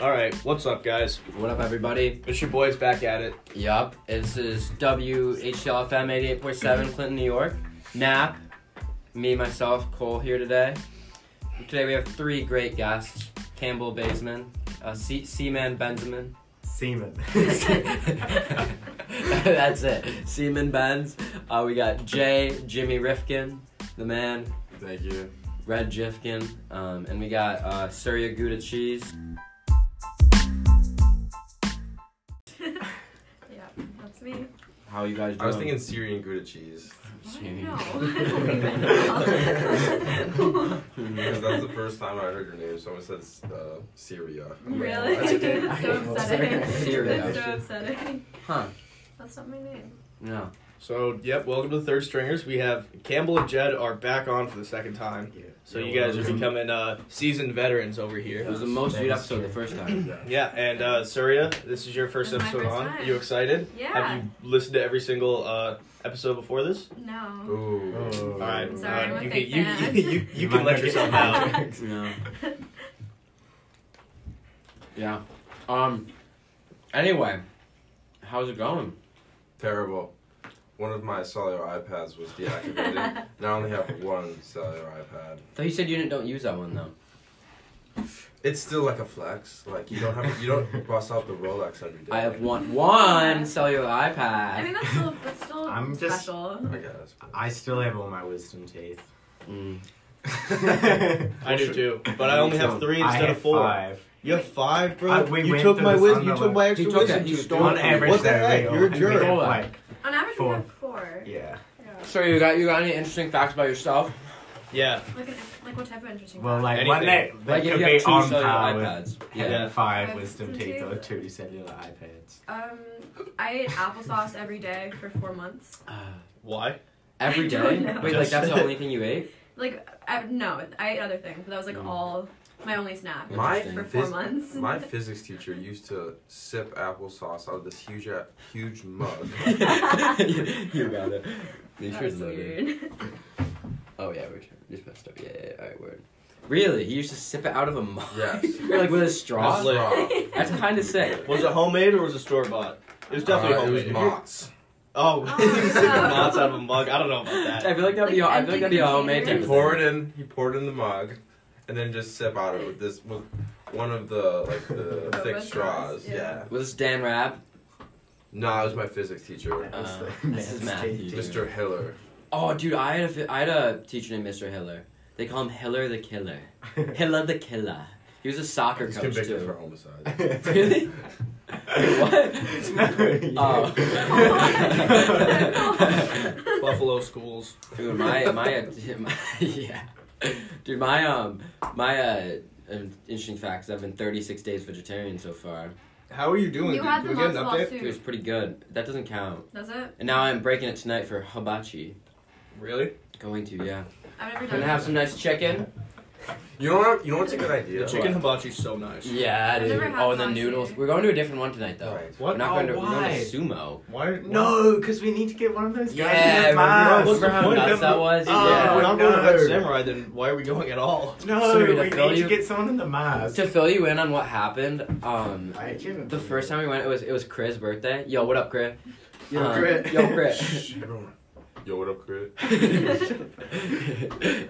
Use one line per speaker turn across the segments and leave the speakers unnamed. All right, what's up, guys?
What up, everybody?
It's your boys back at it.
Yup, this is WHLFM 88.7, Clinton, New York. Nap, me, myself, Cole here today. Today we have three great guests Campbell Baseman, uh, C- Seaman Benjamin.
Semen.
That's it. Seaman Benz. Uh, we got Jay, Jimmy Rifkin, the man,
Thank you.
Red Jifkin, um, and we got uh, Surya Gouda Cheese.
Yeah, that's me.
How you guys doing?
I was thinking Syrian Gouda cheese.
Jimmy.
No.
Because that's the first time I heard your name. Someone said uh, Syria.
really? That's so upsetting.
Syria.
That's so upsetting.
Huh?
That's not my name.
No.
So, yep, welcome to the Third Stringers. We have Campbell and Jed are back on for the second time.
Yeah.
So you guys are becoming uh, seasoned veterans over
It
here.
was the most viewed episode the first time.
Yeah, and uh, Surya, this is your first
This is my
episode
first
on.
time.
You excited? Have
Yeah.
you listened to every single uh, episode before this?
No.
Ooh.
Oh.
All right.
Sorry, I'm
uh,
a
you,
big
can, you,
fan.
you, you, you can let yourself out.
No. Yeah. Um. Anyway, how's it going?
Terrible. One of my cellular iPads was deactivated. and I only have one cellular iPad.
Though you said you didn't don't use that one though.
It's still like a flex. Like you don't have you don't bust out the Rolex every day.
I have one one cellular iPad.
I mean, that's still that's still
I'm just-
special.
I guess.
I still have all my wisdom teeth.
Mm.
I do too, but I only have three
I
instead
have
of four.
Five.
You have five, bro.
Uh, we
you
went
took
through
my
this
wisdom.
on
You
the
took
way.
my extra
He took it.
wisdom.
He
You
stole
stole
On
it.
average,
What the
they're
heck?
real.
You're a
And we
jerk.
have,
Hold on.
like,
On average,
Four.
we have four.
yeah.
Yeah.
So you got you got any interesting facts about yourself?
Yeah.
Like, an, like what type of interesting?
Well,
fact?
like
Anything.
one that, that
like if
could
you
be
have two
on
cellular
par with
iPads. Yeah.
having five
Five
wisdom
wisdom
teeth or
teeth.
two cellular iPads.
um, I ate applesauce every day for four months.
Ah.
Why?
every
I
day.
don't know.
Wait, like that's the only thing you ate?
Like, I, no, I ate other things, but that was like
Mm.
all my only snack
My
for
phys-
four months.
My physics teacher used to sip applesauce out of this huge, a- huge mug.
you got it. You sure
That's
it's loaded.
weird.
Oh yeah, we're just messed up. Yeah, yeah, yeah. Alright, word. Really? He used to sip it out of a mug?
Yes.
like with a straw?
That's lit.
That's kind of sick.
Was it homemade or was it store bought? It was definitely
Uh, it was
homemade.
Mott's.
Oh,
Oh,
you can sip the
no.
knots out of a mug. I don't know about
I
that.
feel like that'd be. I feel like that'd be a homemade
He
type of
Yes.
poured
thing.
it in. He poured it in the mug, and then just sip out of it with this with one of the like the
The
thick
red
straws.
straws,
Yeah.
yeah.
Was this Dan Rab?
No, it was my physics teacher,
That was
Uh,
the
this is
best
Matthew.
teeth.
Mr. Hiller.
Oh, dude, I had a fi- I had a teacher named Mr. Hiller. They call him Hiller the Killer. Hiller the Killer. He was a soccer
He's
coach
convicted for
too.
homicide.
Really? What?
No,
Oh.
Buffalo schools.
Dude, my my, uh, my yeah, dude, my um my uh um, interesting facts. I've been 36 days vegetarian so far.
How are you doing?
You had
Can
the
we get an
matzo ball
update?
Dude, it's
soup.
pretty good. That doesn't count.
Does it?
And now I'm breaking it tonight for hibachi.
Really?
Going to yeah.
I've never done
Gonna have some nice chicken.
You know what? You know what's a good
The
idea?
chicken hibachi's so nice.
Yeah,
I've
dude.
never had
Oh, and the
hibachi.
noodles. We're going to a different one tonight though.
Right.
We're
What? Oh,
not going to,
Oh,
we're going to
why?
sumo.
Why?
No, because we need to get one of those.
Yeah,
guys
remember,
What's
masks.
the
remember how
point?
nuts that was?
Oh,
Yeah, if we're
yeah.
not going to Red
no.
Samurai, then why are we going at all?
No,
Sorry, to
we
fill
need
you-
to get someone in the mask.
To fill you in on what happened, um,
I can't
The first time we went, it was it was Chris' birthday. Yo, what up, Chris?
Yo,
Um,
Chris.
Yo, Chris.
Shh, everyone. Yo, what up, Crit?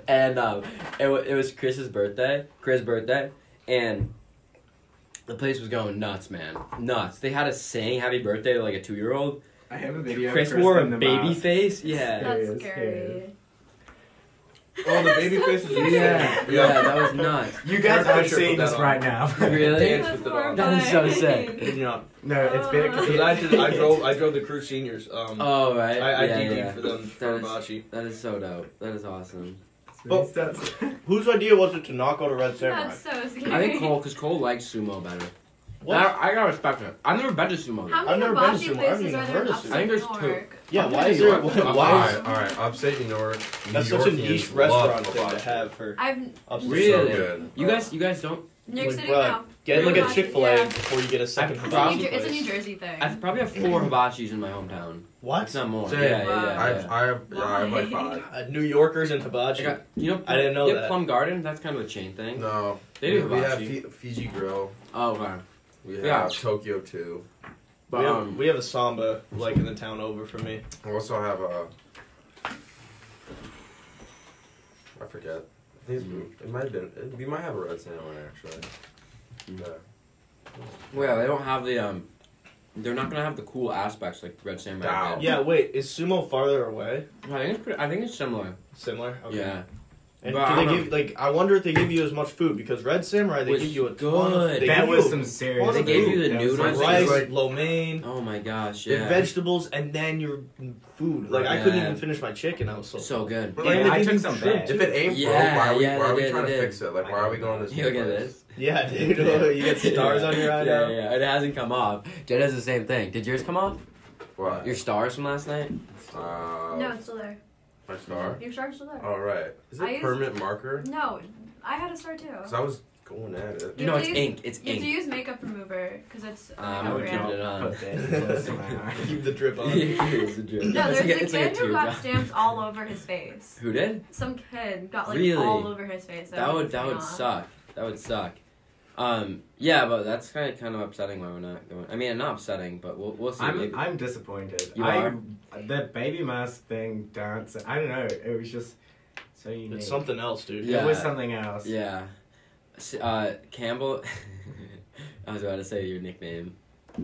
and um, it, wa- it was Chris's birthday, Chris' birthday, and the place was going nuts, man, nuts. They had us sing "Happy Birthday" to like a two-year-old.
I have a video. of
Chris wore a
in the
baby
mask.
face. Yeah.
Yes,
That's scary.
Oh, the baby
So
face is
cute.
yeah,
easy.
yeah,
Yeah.
that was nuts.
You guys
Fair
aren't
picture,
seeing
put that
this
on.
right now.
Really?
Dance with it on.
That was so sick.
Did you not?
no, it's better
Because I, did- I drove. I drove the crew seniors. Um,
Oh right.
I, I
yeah,
DD'd
yeah.
for them for
That is-
hibachi.
That is so dope. That is awesome.
Well- Whose idea was it to not go to Red Samurai?
That's so scary.
I think Cole, because Cole likes sumo better.
What?
I, I gotta respect her. I've never been to sumo. though.
How many
I've never been to
hibachi
Sumo. I haven't
places
even
are
heard
there in
of
upstate
Sumo.
I think there's
New
two.
York?
Yeah,
I'm
why is
telling you
there?
what, I'm
Why is
All right, all right. Upstate New York. New
that's such a
Yorkians
niche
love
restaurant thing to
hibachi.
have for
I've
upstate?
So
Really?
good.
You guys, you guys don't
New York
Like,
City
bruh,
now.
Get like a
Hibachi,
Chick Fil A
yeah.
before you get a second
I
It's a,
hibachi
New Jer- it's a
place.
New Jersey thing.
I have probably have four hibachis in my hometown. If
What?
not more.
Same.
Yeah, yeah,
Wow.
yeah.
I've,
yeah.
I have, yeah, I have like
Why?
five.
Uh, New Yorkers and
I
hibachi.
got, you know,
I didn't know
you
that.
Plum Garden, that's kind of a chain thing.
No,
They do
we, we have
hibachi.
Fi- Fiji Grill.
oh, wow.
We have
Yeah.
Tokyo
we,
Two.
But
have,
um,
we have a samba like in the town over from me.
We also have a. I forget. I think it's,
Mhm.
It might have been. It, we might have a red salmon actually. Yeah.
well, they don't have the um, they're not gonna have the cool aspects like Red Salmon.
Wow.
had.
Yeah. Wait, is sumo farther away?
I think it's pretty. I think it's similar.
Similar.
Yeah.
And
But I
do they
don't
give like I wonder if they give you as much food because Red Samurai they
Was
give you a ton. Of,
good.
they
that
give
was
you
some serious.
Well, they
gave you the
That was
noodles.
like-
rice,
like-
lo mein,
Oh my gosh.
your
Yeah.
vegetables, and then your food. Like I couldn't
Yeah.
even finish my chicken. I was so.
so good.
But,
And
like,
they
I
give
took
you
some
shrimp,
back.
too.
if it ain't broke,
Yeah,
why are we,
yeah,
why are
they
we
did,
trying
they
to
did.
fix it? Like, why are we going this?
You look
way?
at this.
Yeah, dude. you get stars on your eye
Yeah,
now.
yeah, it hasn't come off. Jed has the same thing. Did yours come off?
What?
Your stars from last night?
Uh,
No, it's still there.
My star.
Your shark's still there.
All right. Is it
I used-
permanent marker?
No, I had a star too.
Cause I was going at it.
You
no,
have
it's
to use-
ink. It's
You have to
ink.
use makeup remover because it's
Um,
like
I
a
would keep
brand.
it on.
Put that close to my eye.
Keep the drip on.
it's a joke.
No,
It's
there's
like
a
it's like
kid who
teardrop.
got stamps all over his face.
Who did?
Some kid got like
Really?
all over his face.
That would that would
Yeah.
suck. That would suck. Um, yeah, but that's kind of kind of upsetting why we're not going. I mean, not upsetting, but we'll we'll see.
I'm
maybe.
I'm disappointed.
You
I
are?
the baby mask thing dance. I don't know. It was just so unique.
It's something else, dude.
Yeah.
It was something else.
yeah, S- uh, Campbell. I was about to say your nickname,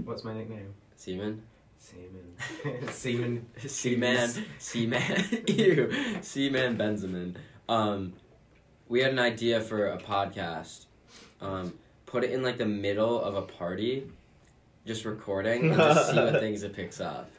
What's my nickname?
Seaman.
Seaman. Seaman.
Seaman. Seaman. Ew. Seaman Benjamin. Um, we had an idea for a podcast. Um, put it in like the middle of a party, just recording and just see what things it picks up.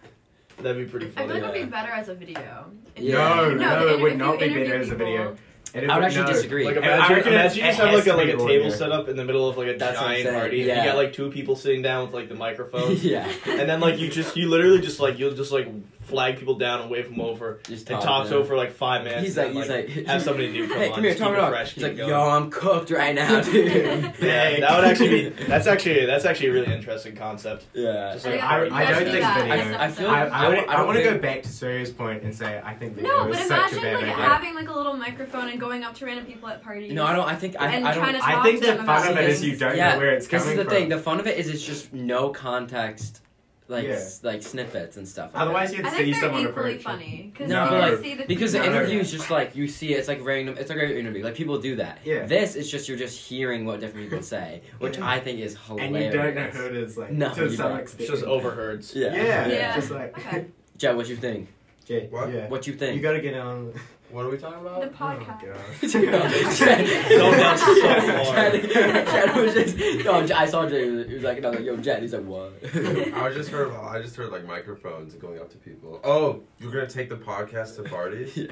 That'd be pretty
I feel
funny.
like it would be
Yeah.
better as a video. If
Yeah.
you-
No,
no,
if
it
you-
would
if
not
you
be
interview
better as a
people-
video. It
I would
would-
actually
no.
disagree.
Like
I
imagine,
reckon
imagine you
it
just have
has
like a
to
like
be
a
one
table
year.
set up in the middle of like a
That's what I'm
giant
saying,
party.
yeah.
And you got like two people sitting down with like the microphones.
yeah.
And then like you just you literally just like you'll just like flag people down and wave them over
Just
and
talk,
talks
yeah.
over like five minutes.
Oh, He's like,
and
he's
then,
like,
have somebody new come
hey,
on,
Come here,
just
talk
keep
it
it
up.
fresh,
He's
keep
like,
going.
yo, I'm cooked right now, dude.
Yeah, that would actually be that's actually that's actually a really interesting concept.
yeah.
Just
I,
like
think
I-
party
I
that
don't
should
think
be that
video-
as an
I feel
episode.
I,
I don't- I don't
want to go
think-
back to Surya's point and say I think video
No,
was
but
such a
imagine
bad
like
idea.
having like a little microphone and going up to random people at parties.
No, I don't. I think I,
And
I
trying
don't.
to
I
talk
think
to
the
them
fun
about
of it is
things.
you don't
Yeah,
know where it's
This is
coming
the
from.
thing. The fun of it is it's just no context, like
Yeah.
s- like snippets and stuff. Like that.
Otherwise, you'd
I
see
think they're
someone
equally
approach.
funny because
No,
you
but,
can
like,
see the
Because the
No.
interview is just like you see, it, it's like random. It's like a regular interview. Like people do that.
Yeah.
This is just you're just hearing what different people say, which I think is hilarious.
And you don't know who it is, like
No,
to
you
some
don't.
it's
extent.
just overheards.
Yeah.
Yeah,
Yeah.
just like
Okay.
Jed, what you think?
Jay,
What?
Yeah.
What you
You
think?
gotta get on. with-
What are we talking about?
The
Oh,
podcast.
God.
that's so hard.
Jed, Jed was just no. J- I saw Jed. He was like, and I was like, yo, Jed. He's like, what?
I was just heard. I just heard like microphones going up to people. Oh, you're gonna take the podcast to parties?
Yeah.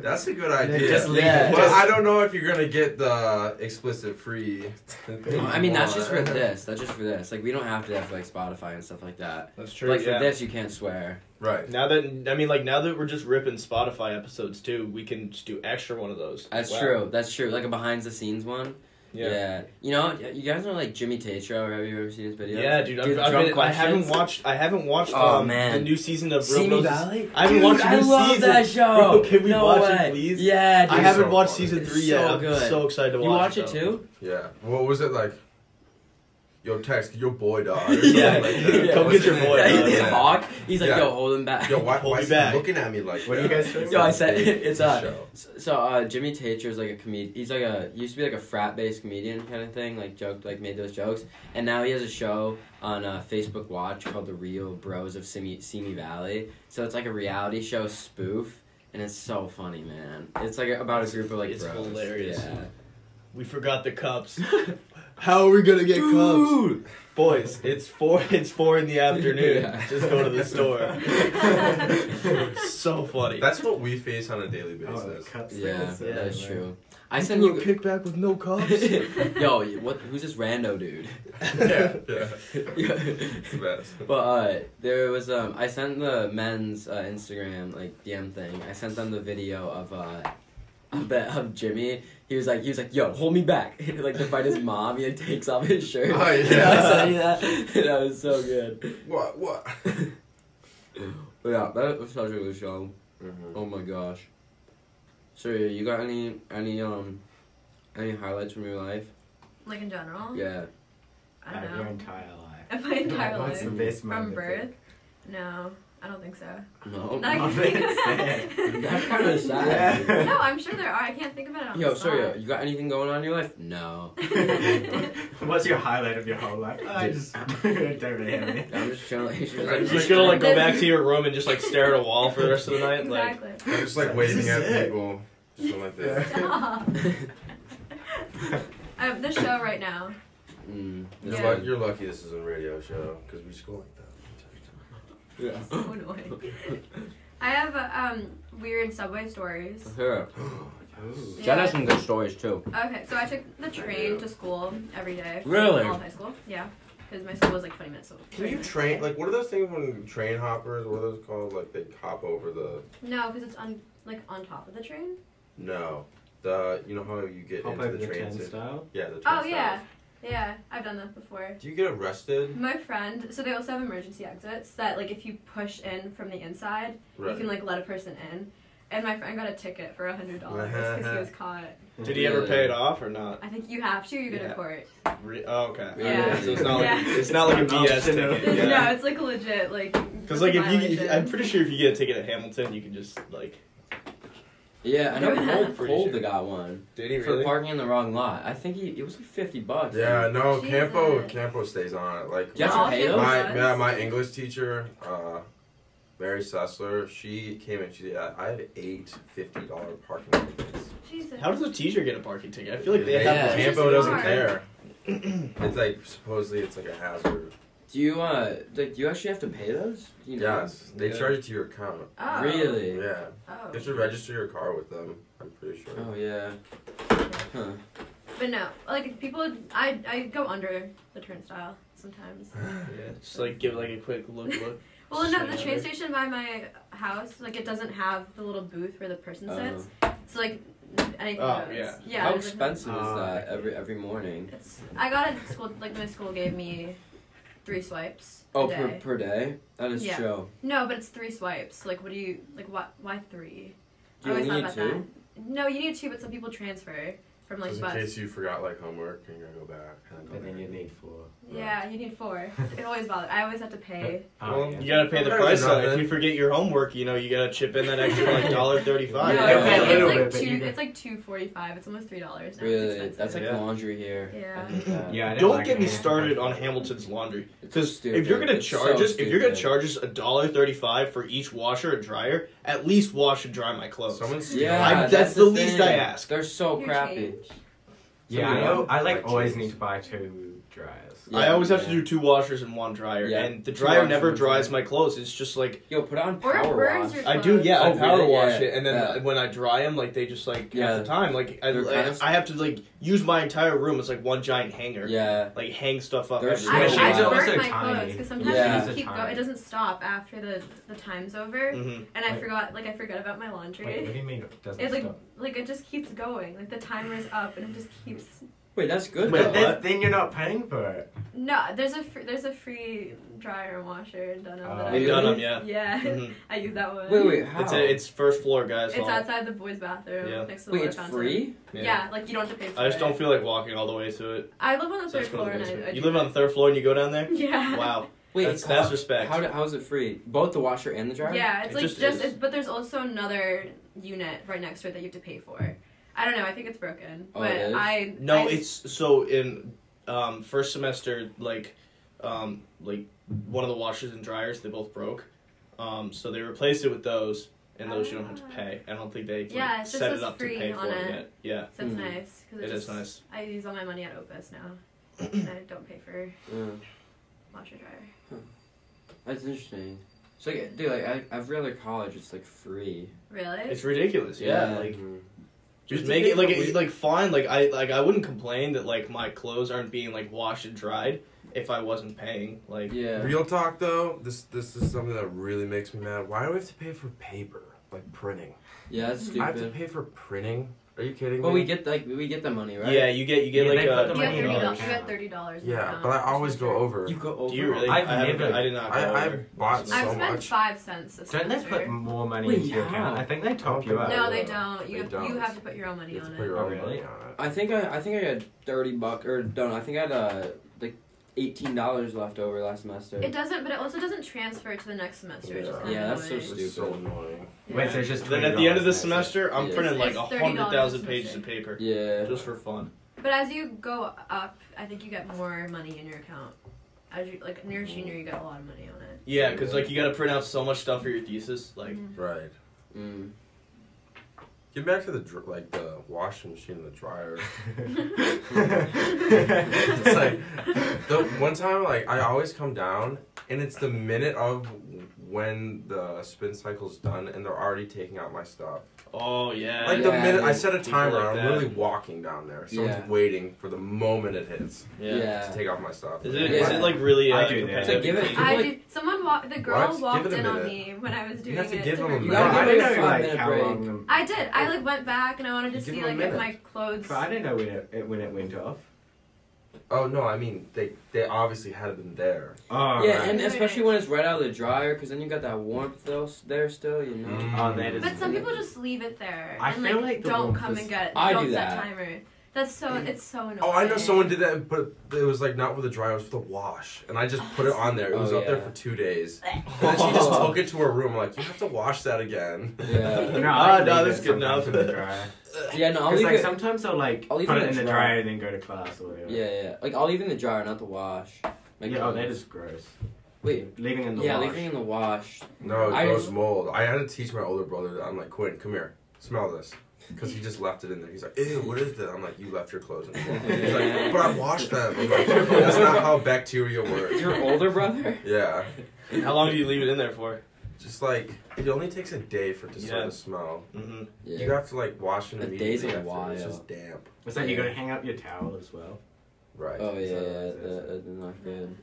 That's a good idea.
Just leave
Yeah.
it.
But
Just-
I don't know if you're gonna get the explicit free.
I mean, that's just for this. That's just for this. Like, we don't have to have like Spotify and stuff like that.
That's true.
like for
yeah.
this, you can't swear.
Right.
Now that I mean, like now that we're just ripping Spotify episodes too, we can just do extra one of those.
That's
Wow.
true. That's true. Like a behind the scenes one. Yeah. You know, you guys know like Jimmy Tatro. Have you ever seen his video?
Yeah, dude. I've,
the
I've
drum
been, I haven't
questions?
watched. I haven't watched.
Oh,
um,
man.
the new season of Real
Simi
Roses.
Valley.
I haven't
Dude,
watched the
I
new
love
season.
that show.
Bro, can we
No
watch
way.
it, please?
Yeah, dude.
I haven't
so
watched
funny.
season
It's
three
so
yet.
good.
I'm so excited to
you
watch,
watch it
though.
too?
Yeah. What was it like? Yo, text your boy dog. or something
yeah.
like that.
yeah.
Come
What's
get your
his
boy
Yeah,
name?
dog.
he's a
Yeah.
hawk. He's like,
Yeah.
yo, hold him back.
Yo, why,
Hold
why
me
is
back.
he looking at me like
What do you
that?
guys think?
Yo, I said-
Big
it's, uh,
show.
So- So uh, Jimmy Tatro is like a comedian. He's like a he used to be like a frat based comedian kind of thing, like joked, like made those jokes, and now he has a show on uh, Facebook Watch called The Real Bros of Simi Simi Valley. So it's like a reality show spoof, and it's so funny, man. It's like about a group of like
It's
bros.
hilarious.
Yeah.
We forgot the cups. How are we gonna get cups,
Dude!
boys? It's four. It's four in the afternoon.
Yeah.
Just go to the store. so funny.
That's what we face on a daily
Oh, the
basis.
cups thing
Yeah,
is so
that's
annoying.
true. I send you.
kickback with no cups.
Yo, what? Who's this rando dude?
yeah, yeah.
Yeah.
It's the best.
But uh, there was um, I sent the men's uh, Instagram like DM thing. I sent them the video of uh, about of Jimmy. He was like, he was like, "Yo, hold me back!" like to fight his mom, he like, takes off his shirt.
Oh, yeah.
I saw you that. that was so good.
What? What?
But yeah, that was such a good show.
Mhm.
Oh my gosh. So yeah, you got any any um any highlights from your life?
Like in general?
Yeah.
I don't
Out of your
know.
entire life.
In my entire
What's
life.
the best
From
moment?
birth? No, I don't think so.
No.
Not I
Oh,
can think
that's
of-
That's kind of sad.
Yeah.
No, I'm sure there are. I can't think of it on
Yo,
the
so yeah,
spot.
you got anything going on in your life? No.
What's your highlight of your whole life? I
Dude.
just don't really have any.
I'm just chilling. She's
You're
like,
just gonna like go back to your room and just like stare at a wall for the rest of the night. Like
exactly.
I'm just like
This
waving
is
at
it.
people. Something like that.
Stop. um, this show right now.
mm,
You're,
Yeah.
lu- you're lucky this is a radio show because we just go like that.
yeah.
So annoying. I have um, weird subway stories.
Here.
Oh,
Ooh.
Shout out some good stories too.
Okay, so I took the train to school every day. for
Really?
All of high school. Yeah, because my school was like 20 minutes. So
Can you train? Like, what are those things when train hoppers? What are those called? Like, they hop over the.
No, because it's on like on top of the train.
No. The. You know how you get
Hop
into
over the
the, train? sta-
turnstile.
Yeah, the train
Oh yeah,
stops.
yeah. I've done that before.
Do you get arrested?
My friend. So they also have emergency exits that like if you push in from the inside, you
Right.
can like let a person in. And my friend got a ticket for a hundred dollars because he was
Uh-huh.
caught.
did he ever pay it off or not?
I think you have to. You go
Yeah.
to court.
Re- oh, okay.
Yeah.
So it's not like
Yeah.
it's not like a
It's not
DS
optional.
ticket.
Yeah.
No, it's like legit. Like
Because
it's
like
a
if you, if-
violation.
I'm pretty sure if you get a ticket at Hamilton, you can just like.
Yeah, I know
Yeah.
Cole,
Pretty
Cole
sure.
got one
Did he
for parking in the wrong lot. I think he it was like fifty bucks.
Yeah, no.
oh, Jesus.
Campo Campo stays on it. Like,
You have to
my-
All
pay
his
those?
my
laws.
yeah, my English teacher, uh, Mary Sessler, she came and she I, I had eight fifty dollar parking tickets.
Jesus.
How does a teacher get a parking ticket? I feel like they
Yeah.
have.
Yeah.
Campo doesn't
Smart.
care. it's like supposedly it's like a hazard.
Do you uh like do you actually have to pay those? Do You know?
Yes, they
Yeah.
charge it to your account.
Oh.
Really?
Yeah,
Oh.
you have to register your car with them. I'm pretty sure.
Oh yeah. Huh.
But no, like if people, I I go under the turnstile sometimes.
Yeah, just like give it like a quick look, look.
Well, no, the
Sure.
train station by my house, like it doesn't have the little booth where the person sits. So like anything
Oh,
goes.
yeah.
Uh, Uh-huh.
Yeah.
How
there's, like,
expensive is
Oh,
that
okay.
every every morning?
It's. I got it. at School like my school gave me three swipes.
Oh,
a day.
per per day. That is
Yeah.
true.
No, but it's three swipes. Like, what do you like? Why why three?
Do you
I always
only
thought
need
about that. No, you need two, but some people transfer from like
Just in
bus.
case you forgot like homework and you're gonna go back. And go
And then
there.
you need four.
Yeah, you need four. It always bothers. I always have to pay.
Oh,
Well,
yeah.
You gotta pay the
Better
price
than
on it. If
nothing.
you forget your homework, you know you gotta chip in that extra like dollar
No,
thirty-five.
Yeah.
it's
Yeah.
like,
Little
it's like
bit, but you
two.
get-
It's like two forty-five. It's almost three dollars. now. It's
Really,
expensive.
that's like
Yeah.
laundry here.
Yeah.
I hate that.
Yeah, I didn't
Don't
like
get
it.
me started on Hamilton's laundry.
It's
Because
stupid.
if you're gonna
It's
charge
so
us, if you're gonna
stupid.
charge us a dollar thirty-five for each washer and dryer, at least wash and dry my clothes.
Someone steal.
Yeah,
I'm- that's the least I
thing.
ask.
They're so
Your
crappy.
change.
Yeah,
Something
I know.
like-
I like
like
always
cheese.
need to buy two dryers.
I
Yeah,
always have to
yeah.
do two washers and one dryer,
Yeah.
and the
Two
dryer
washers
never
and
dries
dryer.
my clothes. It's just like
Yo, put on
Or it
power
burns
wash.
your-
I do, yeah,
Oh,
I power
really?
wash
Yeah.
it, and then
Yeah.
when I dry them, like they just like
Yeah.
half the time, like I,
They're kind of-
I, I have to like use my entire room. It's like one giant hanger,
Yeah.
like hang stuff up.
They're
everywhere.
I,
Machines
I
are
also
burn my
tiny.
clothes because sometimes
Yeah.
I just
Machines
keep
are
going. It
tiny.
doesn't stop after the the time's over,
Mhm.
and I
Wait.
forgot. Like I forgot about my
Wait, what
laundry.
do you mean it doesn't
It like
stop?
like it just keeps going. Like the timer's up, and it just keeps.
Wait, that's good.
Wait,
though.
But then, then you're not paying for it.
No, there's a fr- there's a free dryer and washer in Dunham. that
Oh.
I
In
use.
Dunham, yeah.
Yeah,
Mhm.
I use that one.
wait, wait, how?
It's a, it's first floor, guys.
It's
hall.
outside the boys' bathroom
Yeah.
next to the
wait,
water
it's
fountain.
free.
Yeah. like you don't have to pay for
I just
it.
don't feel like walking all the way to it.
I live on the
So I
third
just go
floor,
to the
and I, I
basement. You
do
live on the third floor and you go down there?
that. Yeah.
Wow,
Wait,
that's,
it's
that's
how,
respect.
how, do- how is it free? Both the washer and the dryer.
Yeah, it's
It
like
just
just,
is.
it, but there's also another unit right next to it that you have to pay for. I don't know. I think it's broken,
Oh,
but
it is?
I
No,
I-
it's so in um, first semester, like, um, like one of the washers and dryers, they both broke, um, so they replaced it with those, and those you don't have to pay. I don't think they like,
Ah. Yeah, it just
set it
says
up to
free
pay for
on
it
it.
yet. Yeah,
so it's
Mm.
nice because
it is nice.
I use all my money at Opus now. and I don't pay for
Yeah.
washer dryer.
That's interesting. So, like, dude, like, I, every other college, it's like free.
Really?
It's ridiculous. Yeah,
Yeah. Mm-hmm.
like
Mhm.
just
It's
make it like
different.
it, like fine. Like I like I wouldn't complain that like my clothes aren't being like washed and dried if I wasn't paying. Like
Yeah.
Real talk though, this this is something that really makes me mad. Why do we have to pay for paper? Like printing.
Yeah, that's
Mhm.
I have to
stupid.
pay for printing. Are you kidding
But
me?
we get like we get the money, right?
Yeah, you get you get
Yeah,
like
they put
uh,
the
You got
money
twenty
in
thirty
dollars.
ours.
dollars. You got thirty dollars.
yeah, but I always go over.
You go over.
Do you really?
I've
I haven't-
never-
I did not. Go
I-
over.
I've bought
So
I've
so
spent
much.
five cents this
Don't they
semester.
put more money
Wait,
into your account?
how?
I think they top you up.
no, they
Uh,
don't. You
they
have,
don't.
you have to put your own money
You have
on
to
it.
put your
Oh,
own
really?
money on it.
I think I I think I got thirty buck or no, I think I had uh like eighteen dollars left over last semester.
It doesn't, but it also doesn't transfer to the next semester. Which is
Yeah.
kind
Yeah,
of
that's so
annoying.
stupid.
It's so annoying.
Yeah.
Wait, so it's just
Then at the end of the
$20
semester, I'm
Yeah.
printing like
It's
a
$30
hundred thousand
a
pages of
semester.
paper
yeah.
just for fun.
But as you go up, I think you get more money in your account. As you like near junior, you got a lot of money on it.
Yeah, because like you gotta print out so much stuff for your thesis. Like
Right.
Mm.
Get back to the dr- like the washing machine and the dryer.
it's
It's like- the one time like I always come down and it's the minute of when the spin cycle's done and they're already taking out my stuff.
oh yeah,
Like
yeah,
the
Yeah,
minute I
dude.
set a
People
timer,
like
I'm
that.
literally walking down there. Someone's
Yeah.
waiting for the moment it hits
Yeah.
to take out my stuff.
Is it is it like really uh,
I do
competitive?
that.
So give it-
between-
I
Like-
did. Someone walked. The girl
What? Give it
walked
a
in on
minute.
me when I was doing
have to
it.
give
to
them a
her.
minute.
You
No,
gotta
I
give it
don't
a
know like
five-minute
how
break.
long.
I did. I like went back and I wanted to
Give
see
them a
like if
minute.
my clothes.
But I don't know when it, it when it went off.
Oh no, I mean they they obviously had them there.
Oh,
yeah,
right.
and especially when it's right out of the dryer, because then you got that warmth though s- there still, you know.
Mm.
oh, that is.
But some people just leave it there
I
and
feel
like,
like the
don't
ones
come
that-
and get.
I
don't
do
set
that.
timer. That's so. It's so annoying.
Oh, I know someone did that, but it was like not for the dryer, it was for the wash, and I just put it on there. It
Oh,
was up there
yeah.
for two days, and then she just took it to her room. Like you have to wash that again.
Yeah.
No,
Ah,
I leave
no,
it
that's good
sometimes
enough.
in the dryer.
yeah, no, I'll
Because
leave
like
it.
sometimes I'll like
I'll leave
put
it in
it in
the
the
dryer.
dryer and then go to class or whatever.
yeah, yeah. Like I'll leave it in the dryer, not the wash. Like,
Yeah, oh,
um,
that is gross.
Wait.
Leaving in the
Yeah,
wash.
leaving it in the wash.
No, it
I
grows
just-
mold. I had to teach my older brother that I'm like, Quinn, come here, smell this. Because he just left it in there. He's like, ew, what is that? I'm like, you left your clothes in the wash. He's like, but I washed them. I'm like, that's not how bacteria
Your
work.
older brother?
Yeah.
How long do you leave it in there for?
Just like, it only takes a day for it to start
Yeah.
to smell.
hmm
Yeah.
You have to like wash it
A
immediately.
day's a
after. It's
while.
just damp.
It's like you gotta hang up your towel as well.
Right.
oh yeah, yeah,
So-
that, that's not good.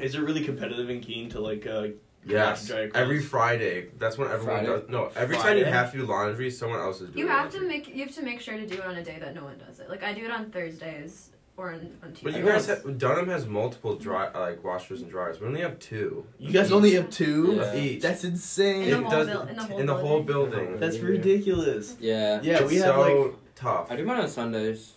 Is it really competitive and keen to like? Uh,
Yes.
Dry your clothes?
Every Friday. That's when everyone
Friday?
does. No, every time you
Friday?
have to do laundry, someone else is doing
You have to
laundry.
make. You have to make sure to do it on a day that no one does it. Like I do it on Thursdays or on, on Tuesdays.
But you guys have. Dunham has multiple dry, like washers and dryers. We only have two.
you guys only have two.
Yeah.
Each.
That's
In the
insane.
whole
does-
buil- in the whole
in the whole
building.
building.
That's ridiculous.
Yeah.
Yeah, we
It's
have
so
like.
tough.
I do mine on Sundays.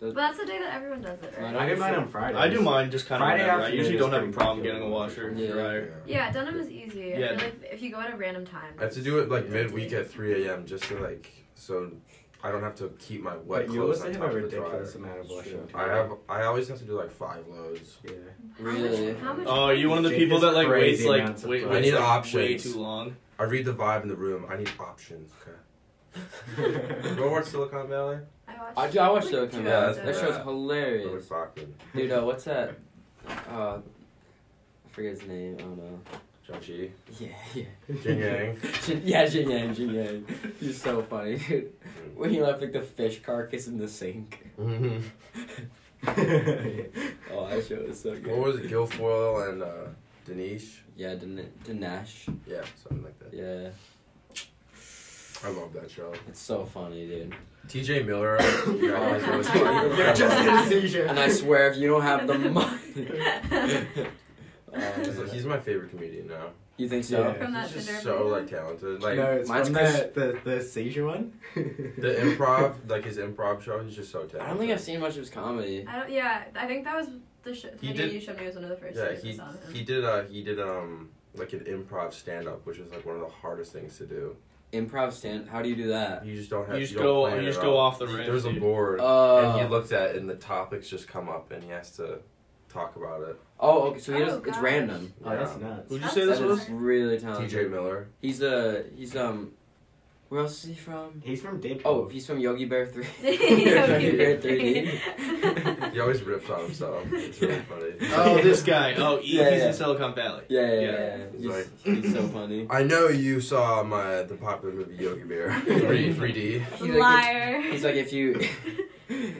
But that's the day that everyone does it,
I
right?
don't
I do mine
sure.
on Friday.
I do mine just kind of.
Friday
whenever. I
afternoon
usually
is
don't have a
pretty
problem
chill.
getting a washer
Yeah.
and dryer.
Yeah, Dunham is easy. I
Yeah.
feel like if you go at a random time.
I have to do it like midweek at 3 a.m. just to like so I don't have to keep my wet
But you
clothes
also
on
have
top
a
of the dryer.
ridiculous amount of washing.
I have I always have to do like five loads.
Yeah.
How
Really?
Much, how much
Oh, you one of the
Jake
people
is
that like waits
crazy
like
amounts of
wait,
clothes.
I
waits,
need
like, way
options.
too long.
I read the vibe in the room. I need options. Okay. You
yeah.
ever watch Silicon Valley?
I watched.
I, dude, I watched
like,
Silicon
two
Yeah,
Valley.
that's
that
episodes.
show's
bad. Robert
hilarious.
Stockton,
Dude, uh, what's that? Uh, I forget his name. I don't know.
John Chi,
Yeah, yeah.
Jin Yang.
Jin, yeah, Jin Yang, Jin Yang. He's so funny, dude. When he left like the fish carcass in the sink.
Mhm.
Oh, that show was so
what
good.
was it? Guilfoyle and uh, Dinesh.
Yeah, Din- Dinesh.
Yeah, something like that.
Yeah,
I love that show.
it's so funny, dude.
T.J. Miller. you guys know what's going on.
You're just gonna seizure.
Oh, And I swear, if you don't have the money,
He's,
Uh,
he's my favorite comedian now.
you think so?
Yeah.
From that
He's
Tinder
just so
video?
like talented. Like
no, it's
mine's
from the, the the seizure one.
the improv, like his improv show, he's just so talented.
I don't think I've seen much of his comedy.
I don't. Yeah, I think that was the sh-
He
video
did-
you showed me was one of the first.
Yeah,
things I
he
saw of him.
he did uh he did um like an improv stand up, which is like one of the hardest things to do.
Improv stand. How do you do that?
You just don't have
You just
don't
go-
plan
you
it
just
out.
go off the
He-
rails,
There's a
dude.
board,
Uh,
and he looks at, it and the topics just come up, and he has to talk about it.
oh, okay. So he
Oh,
does. It's
gosh.
random.
Oh, that's
Yeah.
nuts.
Would you say this
That
That's-
was?
is really
T.J.
talented.
Miller.
He's uh he's um. Where else is he from?
He's from Deadpool.
Oh, he's from Yogi Bear Three.
Yogi
Bear
Bear
Three.
He always rips on himself. It's really funny.
Oh, this guy. Oh, he-
Yeah,
he's
yeah.
in Silicon Valley.
Yeah, yeah, yeah.
Yeah.
yeah.
He's
He's,
like-
he's so funny.
I know you saw my the popular movie Yogi Bear, three three D.
He's like,
Liar.
He's like, if you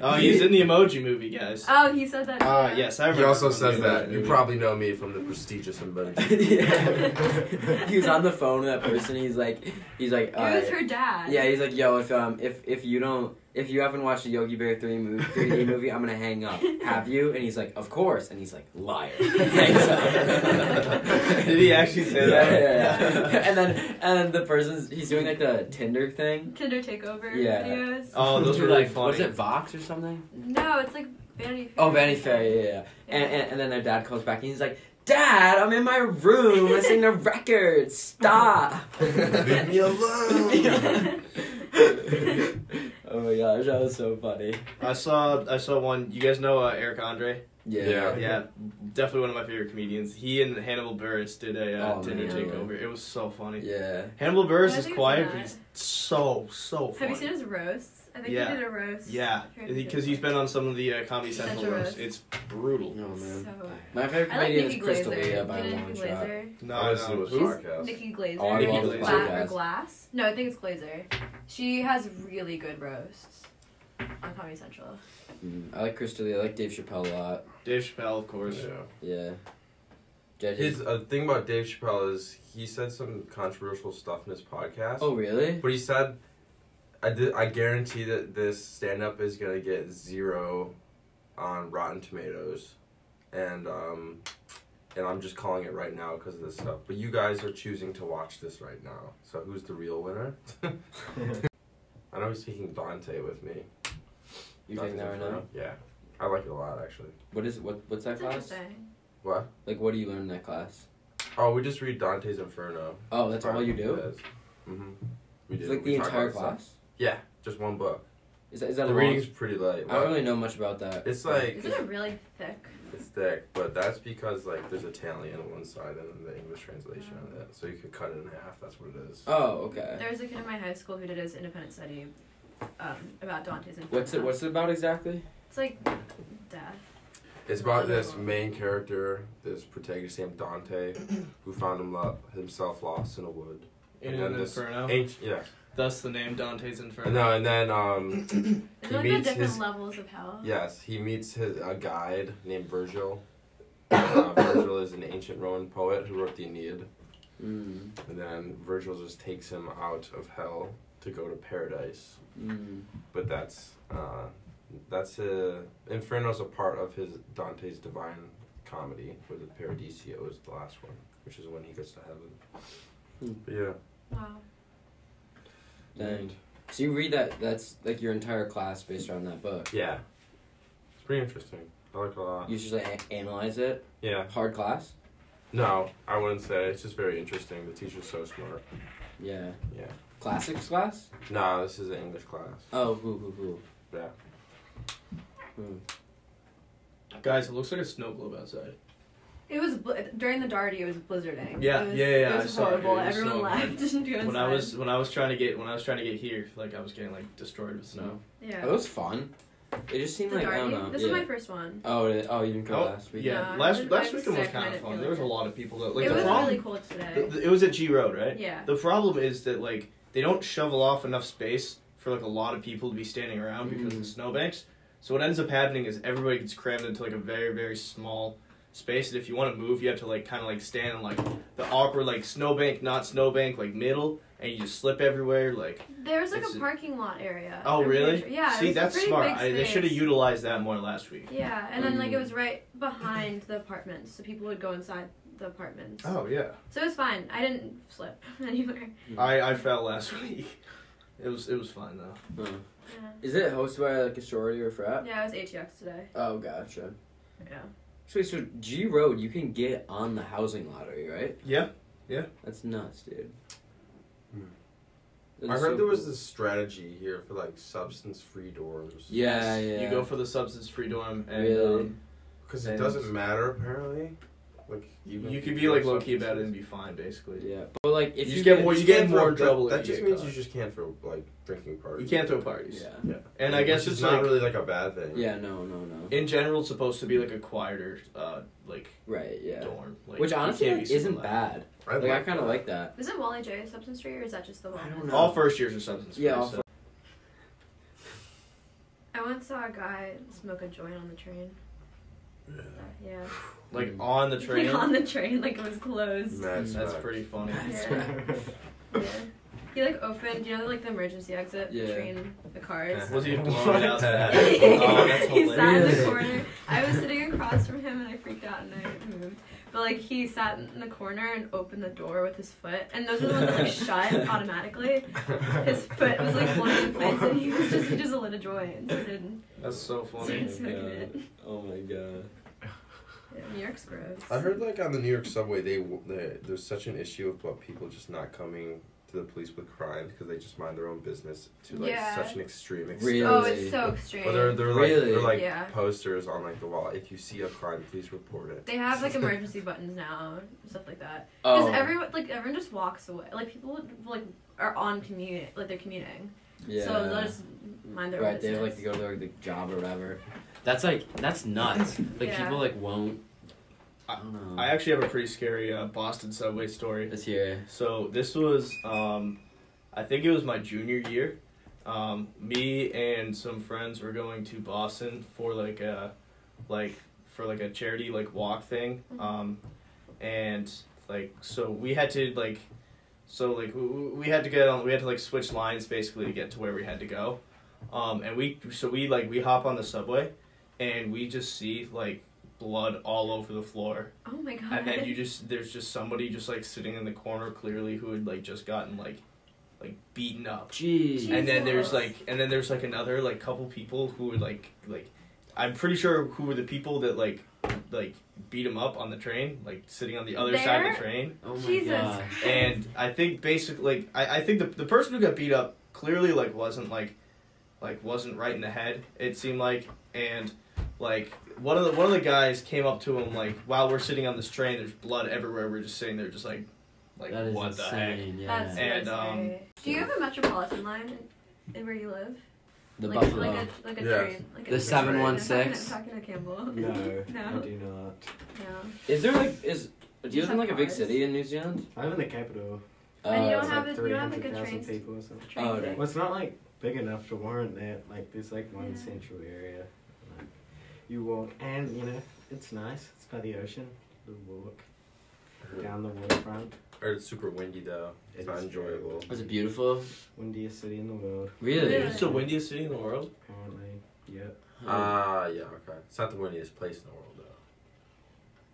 Oh, he's in the emoji movie, guys.
Oh, he said that.
"Uh,
Ah, yes, I remember.
He also
from
says
the
that.
emoji
You
movie.
probably know me from the prestigious invention.
yeah. he was on the phone with that person. He's like, he's like, uh,
It was her dad.
yeah. He's like, yo, if um, if if you don't, if you haven't watched the Yogi Bear three movie, three D movie, I'm gonna hang up. Have you? And he's like, of course. And he's like, liar.
Did he actually say
Yeah,
that?
yeah, yeah. and then and then the person's he's doing like the Tinder thing.
Tinder takeover
Yeah.
videos.
Oh, those were
like
really funny.
was it Vox or something?
No, it's like Vanity Fair.
Oh, Vanity Fair, yeah, yeah. yeah. And, and and then their dad calls back and he's like, Dad, I'm in my room listening to records. Stop.
Leave me alone.
oh my gosh, that was so funny.
I saw I saw one. You guys know uh, Eric Andre?
Yeah.
Yeah.
Yeah, definitely one of my favorite comedians. He and Hannibal Burris did a uh,
Oh,
Tinder
man.
takeover. It was so funny.
Yeah.
Hannibal Burris
I
is
think it's
quiet,
not.
but he's so so
Have
funny.
you seen his roasts? I think
Yeah.
he did a roast.
yeah,
I forget
because
who
he's
it
been on some of the uh, Comedy
Central
Central roasts.
roasts.
It's brutal.
Oh
was.
man.
So-
My favorite
I like
comedian
Nikki
is Crystal
Glazer.
Leah by
Do
a
you know
long
Nikki
shot.
Glazer?
No,
I listened to
no,
his
it's hard.
podcast.
Nikki Glazer.
Oh, I
Nikki
Glass
love Glaser.
or
Glass.
Glass? No, I think it's Glazer. She has really good roasts on Comedy Central.
Mm, I like Crystal Leah. I like Dave Chappelle a lot.
Dave Chappelle, of course.
Yeah.
Yeah. Judges.
His uh, thing about Dave Chappelle is he said some controversial stuff in his podcast.
oh really?
But he said, I, did, I guarantee that this stand up is going to get zero on Rotten Tomatoes. And, um,. And I'm just calling it right now because of this stuff. But you guys are choosing to watch this right now. So who's the real winner? I know he's taking Dante with me.
You think that right now?
Yeah. I like it a lot, actually.
What is what? What's that
That's
class?
interesting.
Like, what do you learn in that class?
Oh, we just read Dante's Inferno.
Oh, that's all you do.
Mm-hmm. We
It's
do.
like
We
the
talk
entire
about stuff.
class.
Just one book.
Is that is that
the
a long?
reading's pretty light.
I don't really know much about that.
It's like
Is it a really thick?
it's thick, but that's because like there's Italian on one side and then the English translation on it, so you could cut it in half. That's what it is.
Oh,
Uh,
okay.
There was a kid in my high school who did his independent study um, about Dante's Inferno.
What's it? What's it about exactly?
It's like death.
It's about this main character, this protagonist named Dante, who found him lo- himself lost in a wood.
In
And then
an
this
Inferno.
Ancient, yeah.
Thus the name Dante's Inferno.
No, and then um,
Is
He
it like the
meets
different
his-
levels of hell?
Yes, he meets his a guide named Virgil. Uh, Virgil is an ancient Roman poet who wrote the Aeneid,
Mm.
and then Virgil just takes him out of hell to go to paradise.
Mm.
But that's uh, that's uh Inferno's a part of his Dante's Divine Comedy, where the Paradiso is the last one, which is when he gets to heaven.
Hmm.
But yeah,
Wow.
Dang. So you read that? That's like your entire class based around that book.
yeah, it's pretty interesting. I like it a lot.
You just like a- analyze it.
Yeah,
Hard class.
no, I wouldn't say it's just very interesting. The teacher's so smart.
Yeah.
Yeah.
Classics class.
No, this is an English class.
Oh, who, who, who?
Yeah.
Hmm.
Guys, it looks like a snow globe outside.
It was bl- during the Darty. It was blizzarding.
Yeah,
It was,
yeah, yeah, yeah,
It
I
was
saw it,
horrible.
dude. It was
Everyone
so
laughed.
bad.
Didn't go
When I
inside.
was when I was trying to get when I was trying to get here, like I was getting like destroyed with snow.
yeah.
Oh, that was fun. It just
the
seemed like I don't know.
Darty. This
yeah.
is my first one.
Oh, it, oh, you didn't go
Oh,
last week.
Yeah,
Yeah,
last
I'm-
last
I'm
weekend was
sick, I
kind of
didn't
fun.
feel
There was a
like
lot of people that like
it
the
was
problem.
really cold
the-
today.
the- it was at G Road, right?
yeah.
The problem is that like they don't shovel off enough space for like a lot of people to be standing around because of
Mm.
the snowbanks. So what ends up happening is everybody gets crammed into like a very very small space. And if you want to move, you have to like kind of like stand in like the awkward like snowbank not snowbank like middle, and you just slip everywhere. Like
There was like
It's-
a parking lot area.
oh
I'm pretty
really?
sure- Yeah. it
See
was a
that's
pretty
smart.
big
I, they
space.
should have utilized that more last week.
Yeah, and then like it
Mm.
was right behind the apartments, so people would go inside the apartments.
Oh yeah.
So it was fine. I didn't slip anywhere.
I I fell last week. It was it was fine though.
Yeah.
Is it hosted by like a sorority or a frat?
Yeah, I was ATX today.
Oh, gotcha.
Yeah.
So, so G Road, you can get on the housing lottery, right?
Yeah.
That's nuts, dude.
Hmm.
That's
I heard
so
there was
cool.
this strategy here for like substance free dorms.
Yeah, yeah.
You go for the substance free dorm and.
Really?
Um,
Because it
And-
doesn't matter apparently. Like even
You
if
could be like
have
low key about it and
substances.
be fine, basically.
Yeah, but like if
You just
you,
get more-
You
you get
can't
more
throw- that-
trouble if
That,
you
just
get
means
caught.
you just can't throw like drinking parties.
You can't throw parties,
Yeah.
and I guess
Which
it's
is not
like
really like a bad thing.
Yeah. No. No. No.
in general supposed to be like a quieter, uh, like
Right. Yeah.
dorm, like,
Which
you
honestly
can't be
like,
super
isn't
loud.
bad.
I
Like I
like
kind of
that.
like that.
Is it Wally J a substance free or is that just the one?
I don't know.
All first years are substance free.
Yeah, all
so.
I once saw a guy smoke a joint on the train. Yeah.
Like
Mm-hmm.
on the train.
Like on the train, like it was closed.
That's,
That's pretty funny.
Yeah. He like opened, you know, like the emergency exit, the
Yeah.
train, the cars.
Was he blown out?
Yeah.
Oh, that's
he sat in
hilarious.
the corner. I was sitting across from him and I freaked out and I moved. But like he sat in the corner and opened the door with his foot, and those are the ones that like shut automatically. His foot was like flying in place, and he was just he just lit a joint and started
That's so funny.
started smoking it.
Oh my god.
Yeah, New York's gross.
I heard like on the New York subway, they, they there's such an issue about people just not coming to the police with crimes because they just mind their own business to like
Yeah.
such an extreme extent.
Really?
Oh, it's so extreme.
Well, they're, they're like they're
Really?
like
Yeah.
posters on like the wall. If you see a crime, please report it.
They have like emergency buttons now, and stuff like that. Because
Oh,
everyone, like everyone, just walks away. Like people, like are on commute, like they're commuting.
yeah.
So they'll just mind their own
right, they
business.
like to go to their like, job or whatever.
That's like that's nuts. Like
Yeah.
people like won't.
I-
I don't know.
I actually have a pretty scary uh, Boston subway story.
This year.
So this was, um, I think it was my junior year. Um, me and some friends were going to Boston for like a, like for like a charity like walk thing. Um, and like so we had to like, so like we, we had to get on. We had to like switch lines basically to get to where we had to go. Um, and we so we like we hop on the subway, and we just see like blood all over the floor
oh my god.
and then you just there's just somebody just like sitting in the corner clearly who had like just gotten like like beaten up
Jeez.
and then there's
Jesus.
like and then there's like another like couple people who were like like i'm pretty sure who were the people that like like beat him up on the train like sitting on the other side of the
There?
train
oh my
Jesus
god.
Christ.
and i think basically like i, I think the, the person who got beat up clearly like wasn't like like wasn't right in the head it seemed like and like one of the one of the guys came up to him like while we're sitting on this train there's blood everywhere we're just sitting there just like like
That is
what the heck
insane. Yeah.
That's
And,
so
um,
scary. Do you have a metropolitan line in- in where you live?
The
like,
Buffalo.
Like a, like a
Yeah.
train. Like a
The
train.
716?
I'm talking, I'm talking to Campbell.
No, I
no.
do not.
no.
Is there like is do you live
Just
in
have
like a big
cars.
city in New Zealand?
I'm in Uh, the capital.
And you don't
It's
have
like
a- you don't have, like, a
300,000
train-
people or something.
Train
Oh,
thing.
Well, it's not like big enough to warrant that. Like there's like one
Yeah.
central area. Like, you walk, and you know it's nice. It's by the ocean. The walk down the waterfront.
Or it's super windy though. It's
It
not
is.
enjoyable.
Is it beautiful?
Windiest city in the world,
Really?
Yeah.
it's the windiest city in the world
apparently. Yep.
Uh,
Ah, yeah, okay. It's not the windiest place in the world though.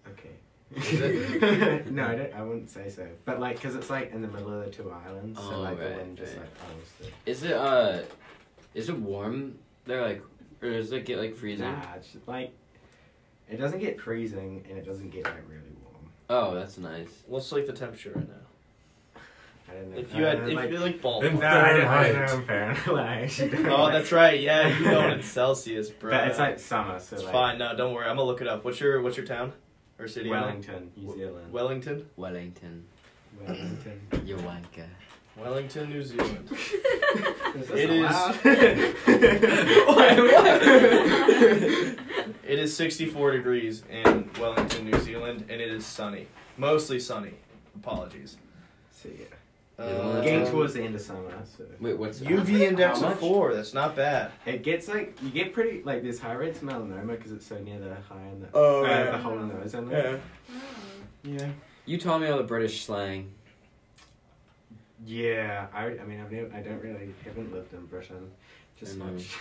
Is
Okay. no, I, don't, I wouldn't say so. But like, cause it's like in the middle of the two islands, so
Oh,
like
right,
the wind just
right.
like follows the.
Is it uh is it warm there like or does it get like freezing?
Nah, it's just, like it doesn't get freezing and it doesn't get like really warm.
Oh, that's nice.
what's like the temperature right now
I don't know.
if you had
Uh,
if
like,
you're like
In
bald
No, I don't, I
Fahrenheit.
don't know Fahrenheit.
oh that's right yeah you know it, it's celsius bro
But it's like summer, so
It's
like
fine. No, don't worry. I'm gonna look it up. What's your What's your town or city?
Wellington, New
W-
Zealand.
Wellington.
Wellington.
Wellington.
You're wanker.
Wellington, New Zealand.
Is
It is- It is 64 degrees in Wellington, New Zealand, and it is sunny. Mostly sunny. Apologies.
so yeah,
Uh,
getting towards the end of summer, so
Wait, what's
UV index
How
of
much?
four. That's not bad.
it gets like you get pretty like there's high rates of melanoma because it's so near the high in the
Oh,
uh,
yeah.
the hole in the ozone. layer. yeah,
You taught me all the British slang.
yeah. I, I mean I've never, I don't really haven't lived in Britain, just
I know.
much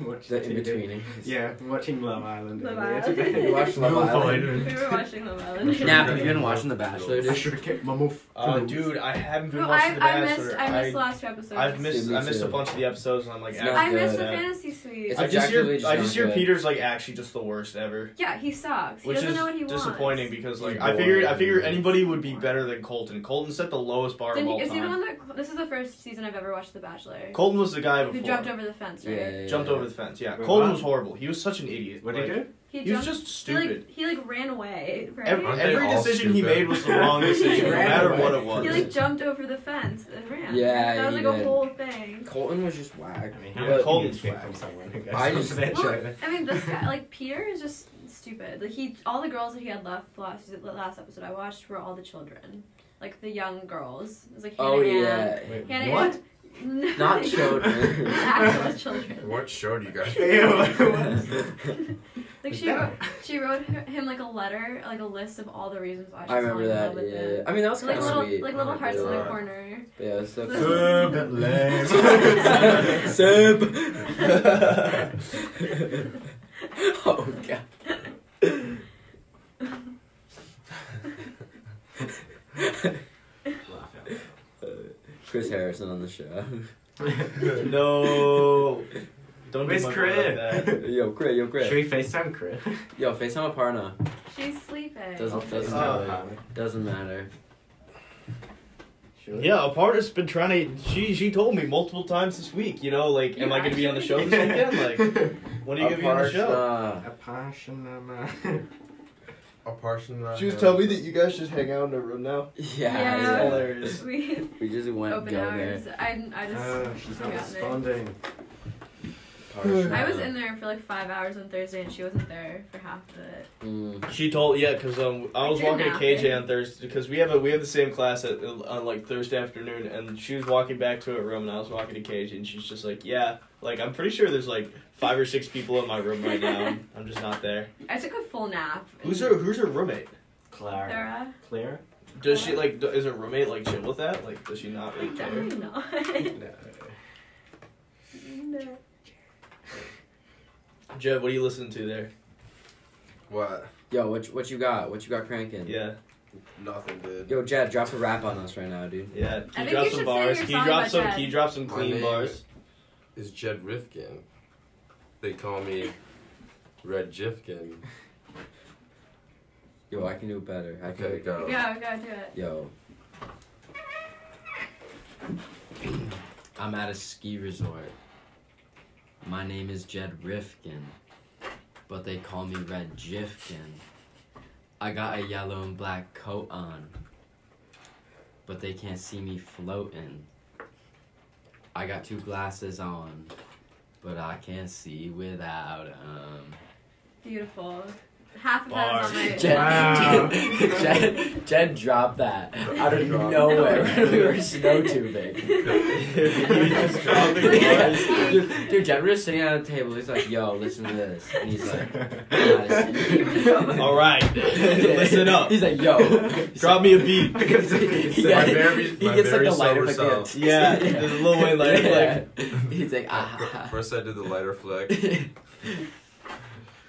watch
The in
TV.
betweening.
Yeah, watching Love Island.
Love
earlier
Island.
today.
You watched
Love Island?
We were watching Love Island.
Nah, have you been watching The Bachelor,
I
dude?
should have kept my mouth
Uh,
closed.
dude, I haven't been
Bro,
watching
I,
The
I missed
Bachelor.
I missed the
I,
last two episodes.
I've missed
Dude, me
I missed a
too.
bunch of the episodes, and I'm like,
It's not
actually
I missed
good.
the
Yeah.
fantasy suite.
It's
I just hear
Ejaculate
I just hear
sounds good.
Peter's like actually just the worst ever.
yeah, he sucks. He
Which
doesn't
is
know what he wants.
disappointing because like
He's
I figured I
boring.
figured anybody would be better than Colton. Colton set the lowest bar
Did
of
he,
all
is he the
time.
one that? This is the first season I've ever watched The Bachelor.
Colton was the guy before.
Who jumped over the fence, right?
Jumped over the fence. Yeah,
Wait,
Colton
what?
was horrible. He was such an idiot.
What did
Like,
you do?
He,
He was
jumped-
just
he, like-
stupid.
He like, ran away, right?
Every,
Aren't they
every
all
decision he
stupid?
made was the wrong decision, no
Ran
matter
away.
what it
he
was.
like jumped over the fence and ran.
Yeah,
that was
he
like a
did.
whole thing.
Colton was just whack.
I mean,
Yeah,
how much can you
Colton's
expect
whack.
from someone who goes
I
on
just-
to that
Well,
show?
I mean, this guy, like Peter, is just stupid. Like he, all the girls that he had left last the last episode I watched were all the children, like the young girls. It was like Hannah
Oh
Ann.
yeah.
Hannah
What?
Ann.
Not children.
Actual children.
What show do you guys?
Like
Is
she wrote,
that-
she wrote her, him like a letter, like a list of all the reasons why she's
I remember
falling in
that.
love with
Yeah,
him.
I mean that was kind
Like
of
little,
sweet.
like little
Oh,
hearts in the
God.
corner.
Yeah, it's so
Sub
that
lame.
Sub. oh god. Chris Harrison on the show.
no. Don't
Where's
do my
Crib?
brother like that.
yo, Chris, yo, Chris.
Should we FaceTime Chris?
Yo, FaceTime Aparna.
She's sleeping.
Doesn't doesn't
Oh.
matter. Doesn't matter.
Sure.
Yeah, Aparna's been trying to. She she told me multiple times this week. You know, like, am I gonna be on the show this weekend? Like, when are you gonna be on the show?
Aparna.
A passion and a-
A parson. uh,
that you guys just hang out in a room now.
Yeah.
Yeah.
yeah.
Hilarious.
We
We just went
open
go
hours. I, I just
Oh, she's not
forgot it.
responding.
there.
I was in there for like five hours on Thursday, and she wasn't there for half of it.
Mm.
She told yeah, cause um I was
It didn't
walking to
happen.
KJ on Thursday because we have a we have the same class at, on like Thursday afternoon, and she was walking back to her room, and I was walking to KJ, and she's just like, yeah, like I'm pretty sure there's like five or six people in my room right now, and I'm just not there.
I took a full nap.
Who's her Who's her roommate?
Clara.
Sarah?
Clara?
Does she like d- is her roommate like chill with that? Like does she not really
Like,
care?
definitely not.
No.
no.
Jeb, what are you listening to there?
What?
Yo, what what you got? What you got cranking?
Yeah,
Nothing, dude.
Yo, Jed, drop a rap on us right now, dude.
yeah. Can
think
you drop
you should
some
sing
bars?
your
Can you
song
drop
about
some?
Jed.
Can you drop some
My
clean
name-
bars?
Is Jed Rifkin. They call me Red Jifkin.
Yo, I can do it better. I can do
Okay,
it better.
go.
Yeah, we gotta do it.
Yo. I'm at a ski resort. My name is Jed Rifkin, but they call me Red Jifkin. I got a yellow and black coat on, but they can't see me floating. I got two glasses on, but I can't see without 'em.
Beautiful. Half of that is on my.
Bars.
Jed,
Wow.
Jed, Jed, Jed dropped that out of
Dropped.
nowhere when we were snow tubing.
Just dropping bars.
dude, dude, Jed was sitting at a table. He's like, "Yo, listen to this," and he's like, "Guys."
All right, listen up.
He's like, "Yo, he's
Drop
like-
me a beat.
he
My
got-
very-
he
my
gets like
very
the lighter
sober
flick.
self.
Yeah, there's a little white lighter
flick. He's like,
Fir-
ah.
First, I did the lighter flick,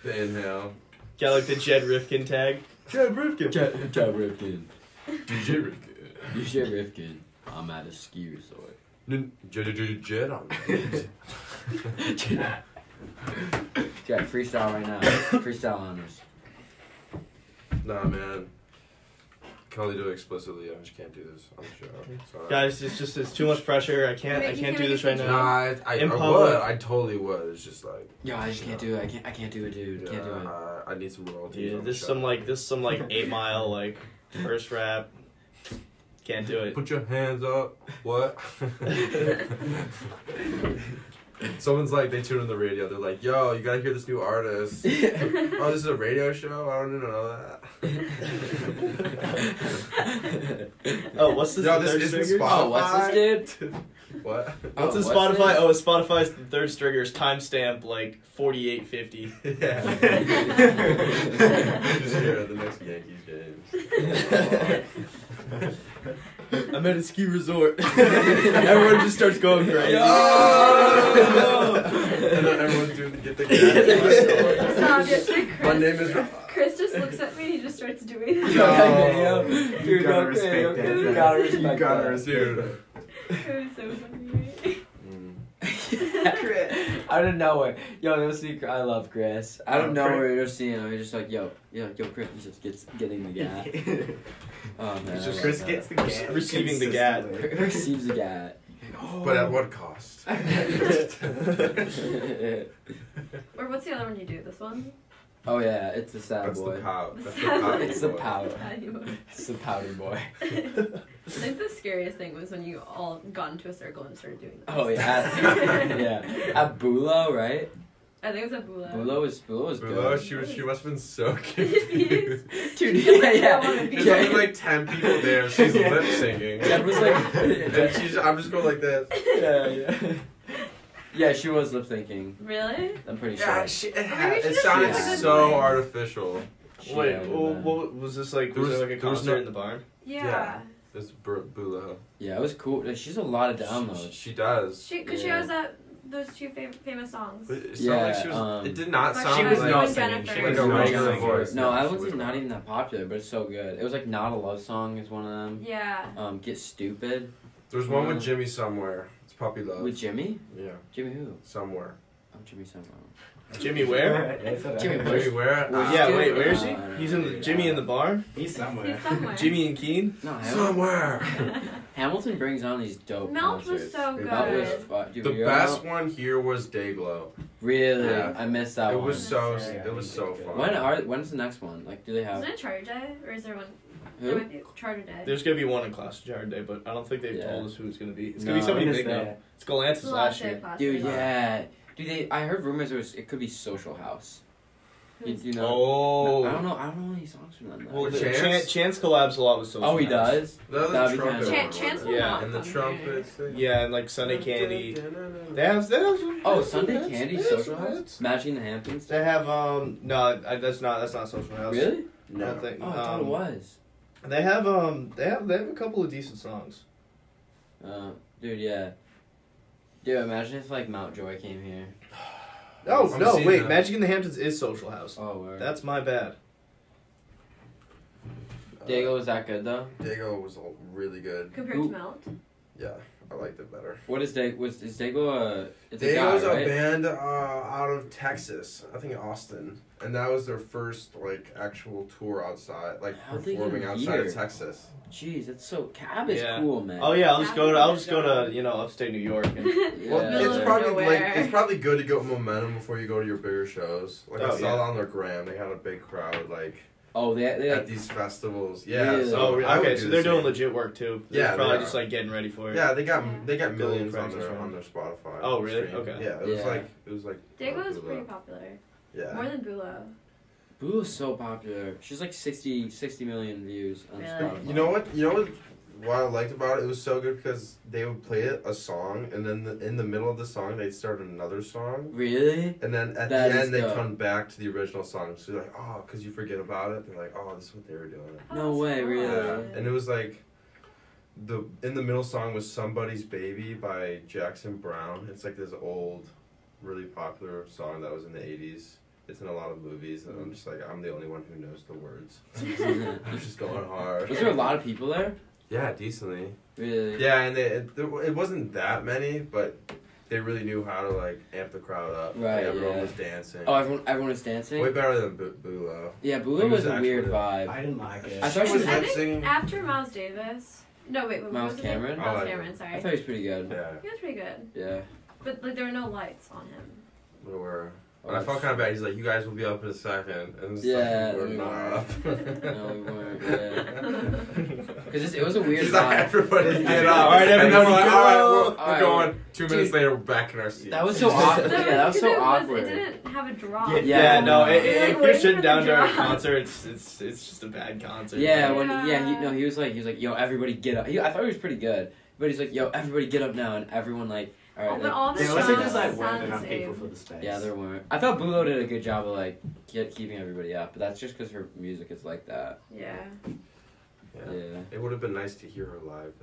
the inhale.
Got like the Jed Rifkin tag. Jed Rifkin.
Jed, Jed Rifkin,
DJ Rifkin.
you should Rifkin. I'm at a ski resort.
N- Jed, Jed, Jed, Jed on it.
Jed, freestyle right now. Freestyle on us.
Nah, man. Can only do it explicitly. I just can't do this on the show. Sorry.
Guys, it's just it's too much pressure. I can't I
Wait, you
can't
can't
do
make
this
a
right
Nah,
now.
I, I, I
In
would.
public.
I totally would. It's just like.
Yo, I just can't do it. I can't. I can't do it, dude.
Yeah,
Can't do it.
I, I need some royalties. on
Dude,
the
this
show.
some like this some like eight mile like first rap. Can't do it.
Put your hands up. What? Someone's like, they tune in the radio. They're like, yo, you gotta hear this new artist. oh, this is a radio show? I don't even know that.
Oh, what's this?
No,
the
this
third
isn't
stringer?
Spotify.
Oh, what's this, dude?
What?
What's
oh,
in Spotify? Oh, it's Spotify's the third stringer's timestamp like forty eight fifty.
Yeah. Just here at the next Yankees games.
I'm at a ski resort. Everyone just starts going crazy.
No! and then everyone's doing the get the gas.
Stop it. Chris,
My name is.
Chris just looks at me and he just starts doing that.
No.
You gotta respect that,
You
man.
gotta
You
respect
gotta
that.
respect-
Dude.
It was so funny.
Mm.
Out of nowhere, yo, you'll see. I love Chris. I
Oh,
don't know
Chris.
where you're seeing him. You're just like, yo, yo, yo, Chris is just gets getting the gat. Oh man,
It's just
I
Uh, Chris
love
gets the
Rece-
gat.
receiving the gat.
that.
consistently.
Chris receives the gat.
But at what cost?
Or what's the other one you do? This one?
oh yeah, it's the sad
That's
boy.
the pow. That's the
Sad
pow.
boy.
it's the
boy.
power.
Yeah, you would.
It's the powder boy.
I think the scariest thing was when you all got into a circle and started doing this.
Oh yeah, at, yeah. At Bulo, right?
I think it was a Bulo.
Bulo is Bulo is
Below,
good.
she was she must have been so
Yes.
confused.
Dude, yeah, yeah.
There's
There's
Yeah.
only like ten people there. She's lip syncing.
Jed was like-
and she's. I'm just going like this.
yeah, yeah. Yeah, she was lip syncing.
Really?
I'm pretty
Yeah,
sure.
she,
Maybe we should
it
just
sounded
do like a good
so
voice.
artificial.
She
Wait,
had
oh,
uh,
well,
that.
what was this like?
There
Was,
was-
there like a
there was
concert
no-
in the barn?
Yeah.
Yeah. This Bur- Bulo.
yeah, it was cool. Like, She's a lot of
She,
downloads.
she does.
She, cause she
Yeah.
has that those two fam- famous songs.
But it sounded
Yeah,
like she was.
um,
it did not
Like
sound
she was
like.
not singing, she
like
was
a
not
regular
singing.
voice.
No, I
she
was
was
not even that popular, but it's so good. It was like not a love song is one of them.
Yeah.
Um, get stupid
There's one
Yeah.
with Jimmy somewhere. It's Puppy Love.
Mm. with Jimmy.
yeah,
Jimmy who?
somewhere.
Oh, Jimmy something.
Jimmy, where?
Jimmy
Jimmy,
Where's-
Jimmy where?
Where's
Ah,
yeah,
Jimmy?
wait, where is he?
Uh,
He's in the, Jimmy in the barn.
he's somewhere.
He's somewhere.
Jimmy and Keen.
No, Hamilton,
Somewhere.
Hamilton brings on these dope
Melt
concerts.
was so good.
Oh, Melt was fu- dude,
The
we were
best
out-
one here was Dayglow.
Really,
Yeah.
I missed that
It
one.
was so.
Yeah,
yeah,
It was
he
so
did good.
fun.
when are? When's the next one? Like, do they have
Isn't it Charter Day or is there one? There
who?
might be Charter Day.
There's gonna be one in class jar day, but I don't think they've
Yeah.
told us who it's gonna be. It's gonna be
No.
When
somebody big
is that?
now. It's Galantis
It's
last year.
class.
Dude, yeah. Dude, they? I heard rumors it was. It could be Social House. You,
Who's-
you know.
Oh.
I don't know. I don't know any songs from them. though.
Well, the-
Chance?
Chance? Chance collabs a lot with Social
oh, he
House.
does.
The other
That'd be
trumpet
kinda-
one
Chan-
was
Chance
it?
will
Yeah,
not
and the
come
trumpets. thing.
Yeah, and like Sunday Candy. They have, they have some,
Oh,
they have some
Sunday
hits.
Candy
They have
Social
some
House.
hits.
Matching the Hamptons.
They have um no, I, that's not that's not Social House.
Really?
I don't
No. Uh,
think-
Oh, I thought it
um,
was.
They have um they have they have a couple of decent songs.
Uh, dude, yeah. Dude, imagine if like Mountjoy came here.
Oh
I'm
no,
seeing
wait,
that.
Magic in the Hamptons is Social House.
Oh, word.
That's my bad.
Dago was that good though?
Dago was all really good.
Compared
Who-
to Melt.
Yeah, I liked it better.
What is Dago? Was is Dago a? It's a guy,
Dago's a,
right?
band uh, out of Texas, I think Austin, and that was their first like actual tour outside, like
How'd they get
performing
him
outside
here?
of Texas.
Jeez, that's so. Cab is
Yeah.
cool, man.
Oh yeah, I'll just go to I'll just go to you know upstate New York. And,
Yeah.
well,
Middle
it's
of
probably
nowhere.
like it's probably good to get momentum before you go to your bigger shows. Like I
Oh,
saw
yeah.
on their gram, they had a big crowd like
Oh, they they
at
like,
these festivals. Yeah,
Really?
so
oh really?
I would
okay,
do
so
the
they're doing
same.
legit work too.
Yeah,
They're
they
probably
are.
just like getting ready for it.
Yeah, they got
Yeah.
they got
Billion
millions on
practice
their
round.
on their Spotify.
Oh, really?
stream.
Okay.
Yeah, it was
Yeah.
like it was like.
Dago was
Bulo.
pretty popular.
Yeah.
More than Bulo.
Bulu's so popular. She's like 60, 60 million views on
Really?
Spotify.
You know what? You know what? What I liked about it, it was so good because they would play it a song, and then the, in the middle of the song, they'd start another song,
Really?
and then
That
at the
is
end, they
dope.
come back to the original song. So you're like, oh, because you forget about it. They're like, oh, this is what they were doing.
Oh,
No
that's
way,
cool.
really?
Yeah, and it was like the in the middle song was "Somebody's Baby" by Jackson Brown. It's like this old, really popular song that was in the '80s. It's in a lot of movies, and I'm just like, I'm the only one who knows the words. I'm just going hard.
Was there a lot of people there?
Yeah, decently.
Really?
Yeah, and they, it, there, it wasn't that many, but they really knew how to like amp the crowd up.
Right,
Like, everyone
yeah.
was dancing.
Oh, everyone, everyone was dancing.
Way better than Bu- Bulo.
yeah,
It
Bulu was
was
a weird
actually-
vibe.
I didn't like it.
I thought she was-
I
lip
think
singing.
after Miles Davis. No, wait, what
Miles
was his name?
Cameron?
I
Miles
like
Cameron,
I
sorry.
thought he was pretty good.
Yeah,
He was pretty good.
Yeah.
But like there were no lights on him.
we were.
Oh,
And I felt
that's-
kind of bad. He's like, "You guys will be up in a second. and it's
Yeah,
like, we're
we
not up.
No, we weren't, yeah. Cause it's, it was a weird
He's like,
vibe.
everybody get up.
All right,
and then we're
everybody
like,
go.
all right, we're, we're
All right.
going. Two minutes
Dude,
later, we're back in our seats.
That was so awkward. Yeah, that was so
it
awkward.
It didn't have a drop.
Yeah,
Yeah.
no, it, it,
You're, like,
if you're
waiting for
sitting
the
down during a
drop.
concert, it's, it's it's just a bad concert.
Yeah,
Like,
when yeah, he, no,
Yeah.
he was like he was like, yo, everybody get up. He, I thought he was pretty good, but he's like, yo, everybody get up now, and everyone like, all right,
But all the
They
like,
must have
songs
just like
sound
weren't
the
enough
same.
people for the space.
yeah, there weren't. I thought Bulo did a good job of like get, keeping everybody up, but that's just because her music is like that.
Yeah.
Yeah.
Yeah.
It would have been nice to hear her live,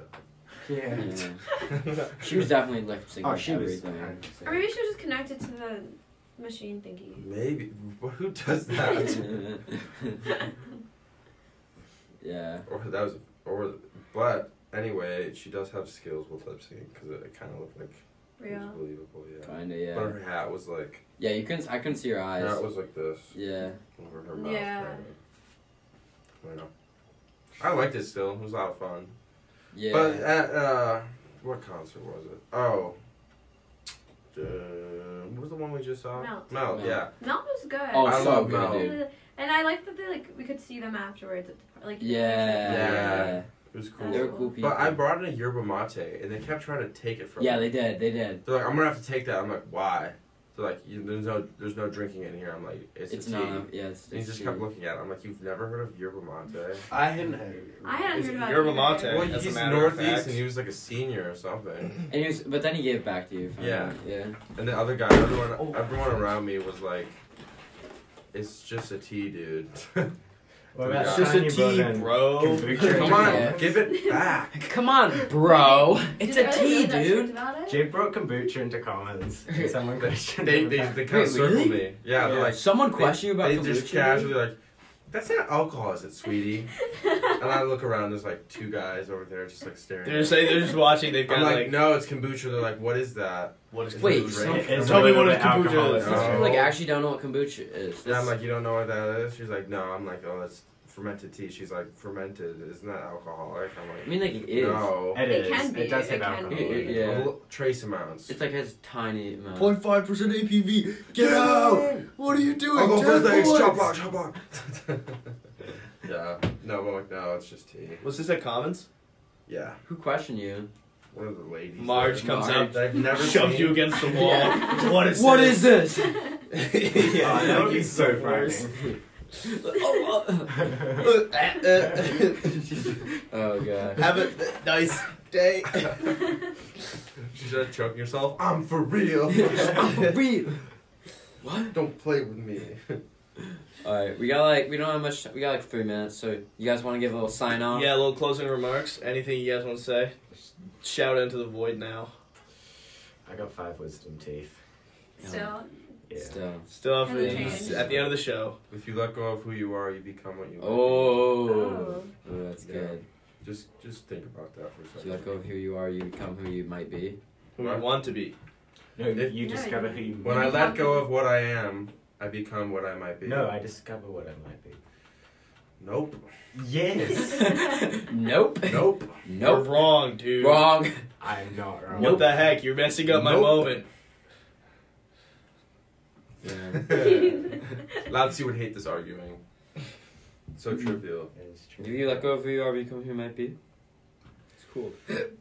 Yeah.
Yeah.
though.
She was definitely lip syncing
Oh, she was.
everything.
Or maybe she was just connected to the machine thingy.
Maybe. Who does that?
yeah.
or that was. Or, but anyway, she does have skills with lip sync because it, kind of looked like it was
Real.
believable. Yeah.
Kinda,
But
yeah.
her hat was like.
Yeah, you couldn't I couldn't see her
Her
eyes.
hat was like this.
yeah.
Over her mouth.
Yeah.
Kind of. I know. I liked it still. It was a lot of fun.
Yeah.
But at uh, what concert was it? Oh. Uh, what was the one we just saw?
Melt.
Melt.
Melt.
Yeah.
Mel was good.
oh,
I
so
love
good,
Mel.
dude.
And I like that they like we could see them afterwards. At the, par- like
Yeah.
It was
They
cool.
were cool people.
But I brought in a yerba mate, and they kept trying to take it from
yeah,
me.
they did. They did.
They're like, I'm gonna have to take that. I'm like, why? So like, you, there's no there's no drinking in here. I'm like, it's,
It's
a tea.
not. a- Yeah, it's.
And he
it's
just
tea.
kept looking at it. I'm like, you've never heard of yerba mate?
I hadn't heard of it.
I hadn't
It's
heard about
Yerba
it either.
mate.
Well,
as a
he's
matter of
northeast,
fact.
and he was like a senior or something.
And he was, but then he gave it back to you. if I'm
Yeah.
right. Yeah.
And the other guy, everyone,
Oh.
everyone around me was like, "It's just a tea, dude.
What
Yeah.
about
It's
It's just a
Shiny
tea,
Boden?
bro.
Kombucha.
Come on,
Yeah.
give it back."
Come on, bro. It's
Did
a
I
tea,
really that strict
dude.
about it?
Jay brought kombucha into Commons. and Someone questioned
They
him
they,
about
they
it.
kind of
Wait,
circled
really?
me. Yeah, they're
Yeah.
like,
Someone
they-
questioned you about
they
kombucha.
just casually like, "That's not alcohol, is it, sweetie?" and I look around, there's like two guys over there just like staring.
They're
at
just,
me.
like, they're just watching. They've got
I'm
like,
like, "No, it's kombucha." They're like, "What is that?"
what is
Wait,
kombucha?
so-
It is
Tell
a
me
little
what a
bit
kombucha
alcohol
is.
These people,
Oh.
like actually don't know what kombucha is.
And I'm
This-
like, "You don't know what that is?" She's like, "No." I'm like, "Oh, that's fermented tea." She's like, "Fermented? Isn't that alcoholic?" I'm like,
I mean, like it is.
No.
It
It
is.
can be,
It does
it
have
can
alcohol.
be.
in it.
Yeah.
A little- Trace amounts.
It's like has tiny amount.
0.5 percent APV.
Get out!
What are you doing?
I'll go
Ten
first legs,
points!
chop block, chop block. yeah. No, but like, no, it's just tea.
Was this at Commons?
Yeah.
Who questioned you?
One of the ladies.
Marge
there.
comes
Marge,
up,
I've never
Shoved
seen-
you against the wall.
Yeah.
What is?
What
this?
is this?
Oh,
yeah,
that would be
he's
so
the worst.
oh,
funny.
Uh, uh, uh,
Oh, god.
Have a nice day.
She said, choke yourself. I'm for real.
What?
Don't play with me.
Alright, we got like we don't have much we got like three minutes, so you guys wanna give a little sign off?
Yeah, a little closing remarks. Anything you guys want to say? Shout into the void now.
I got five wisdom teeth.
Still,
Yeah.
Still.
Still for
Anything.
these at the end of the show.
If you let go of who you are, you become what you
Oh,
are.
oh.
Ooh, that's
Yeah.
good.
Just, just think about that for a
If
second.
you let go of who you are, you become who you might be.
Who you want to be?
No,
If-
you
No,
discover
you-
who you
When I let go of what I am, I become what I might be.
No, I discover what I might be.
Nope.
Yes!
nope.
Nope.
You're
Nope.
wrong, dude.
Wrong.
I'm not
What
wrong.
Nope.
the heck? You're messing up my
Nope.
moment.
Yeah.
Lads, you would hate this arguing. So trivial.
It's true.
If you let go of who you are, you become who you might be. It's cool.
we
That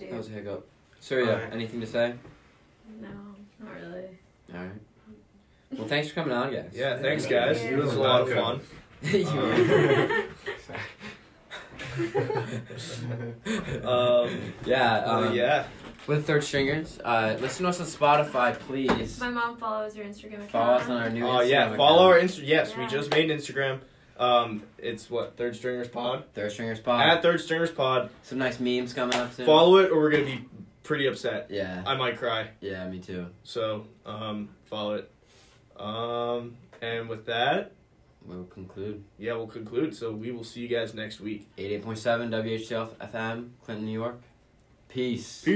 do.
was a hiccup. So yeah,
Alright.
anything to say?
No, not really.
Alright. Well thanks for coming on guys.
Yeah, thanks guys.
Yeah.
It was a lot of fun.
You-
Um,
yeah,
uh,
um,
yeah.
With Third Stringers, uh, listen to us on Spotify, please.
My mom follows your Instagram account.
Follow us on our new
Oh
Instagram.
yeah. Follow our
account,
Insta. Yes, we
Yeah.
just made an Instagram. Um, it's what Third Stringers Pod
Third Stringers Pod.
at Third Stringers Pod.
Some nice memes coming up soon.
Follow it, or we're gonna be pretty upset.
Yeah,
I might cry.
yeah, me too.
So um, follow it. Um, and with that,
We'll conclude.
yeah, we'll conclude. So we will see you guys next week.
88.7 WHTF FM, Clinton, New York. Peace.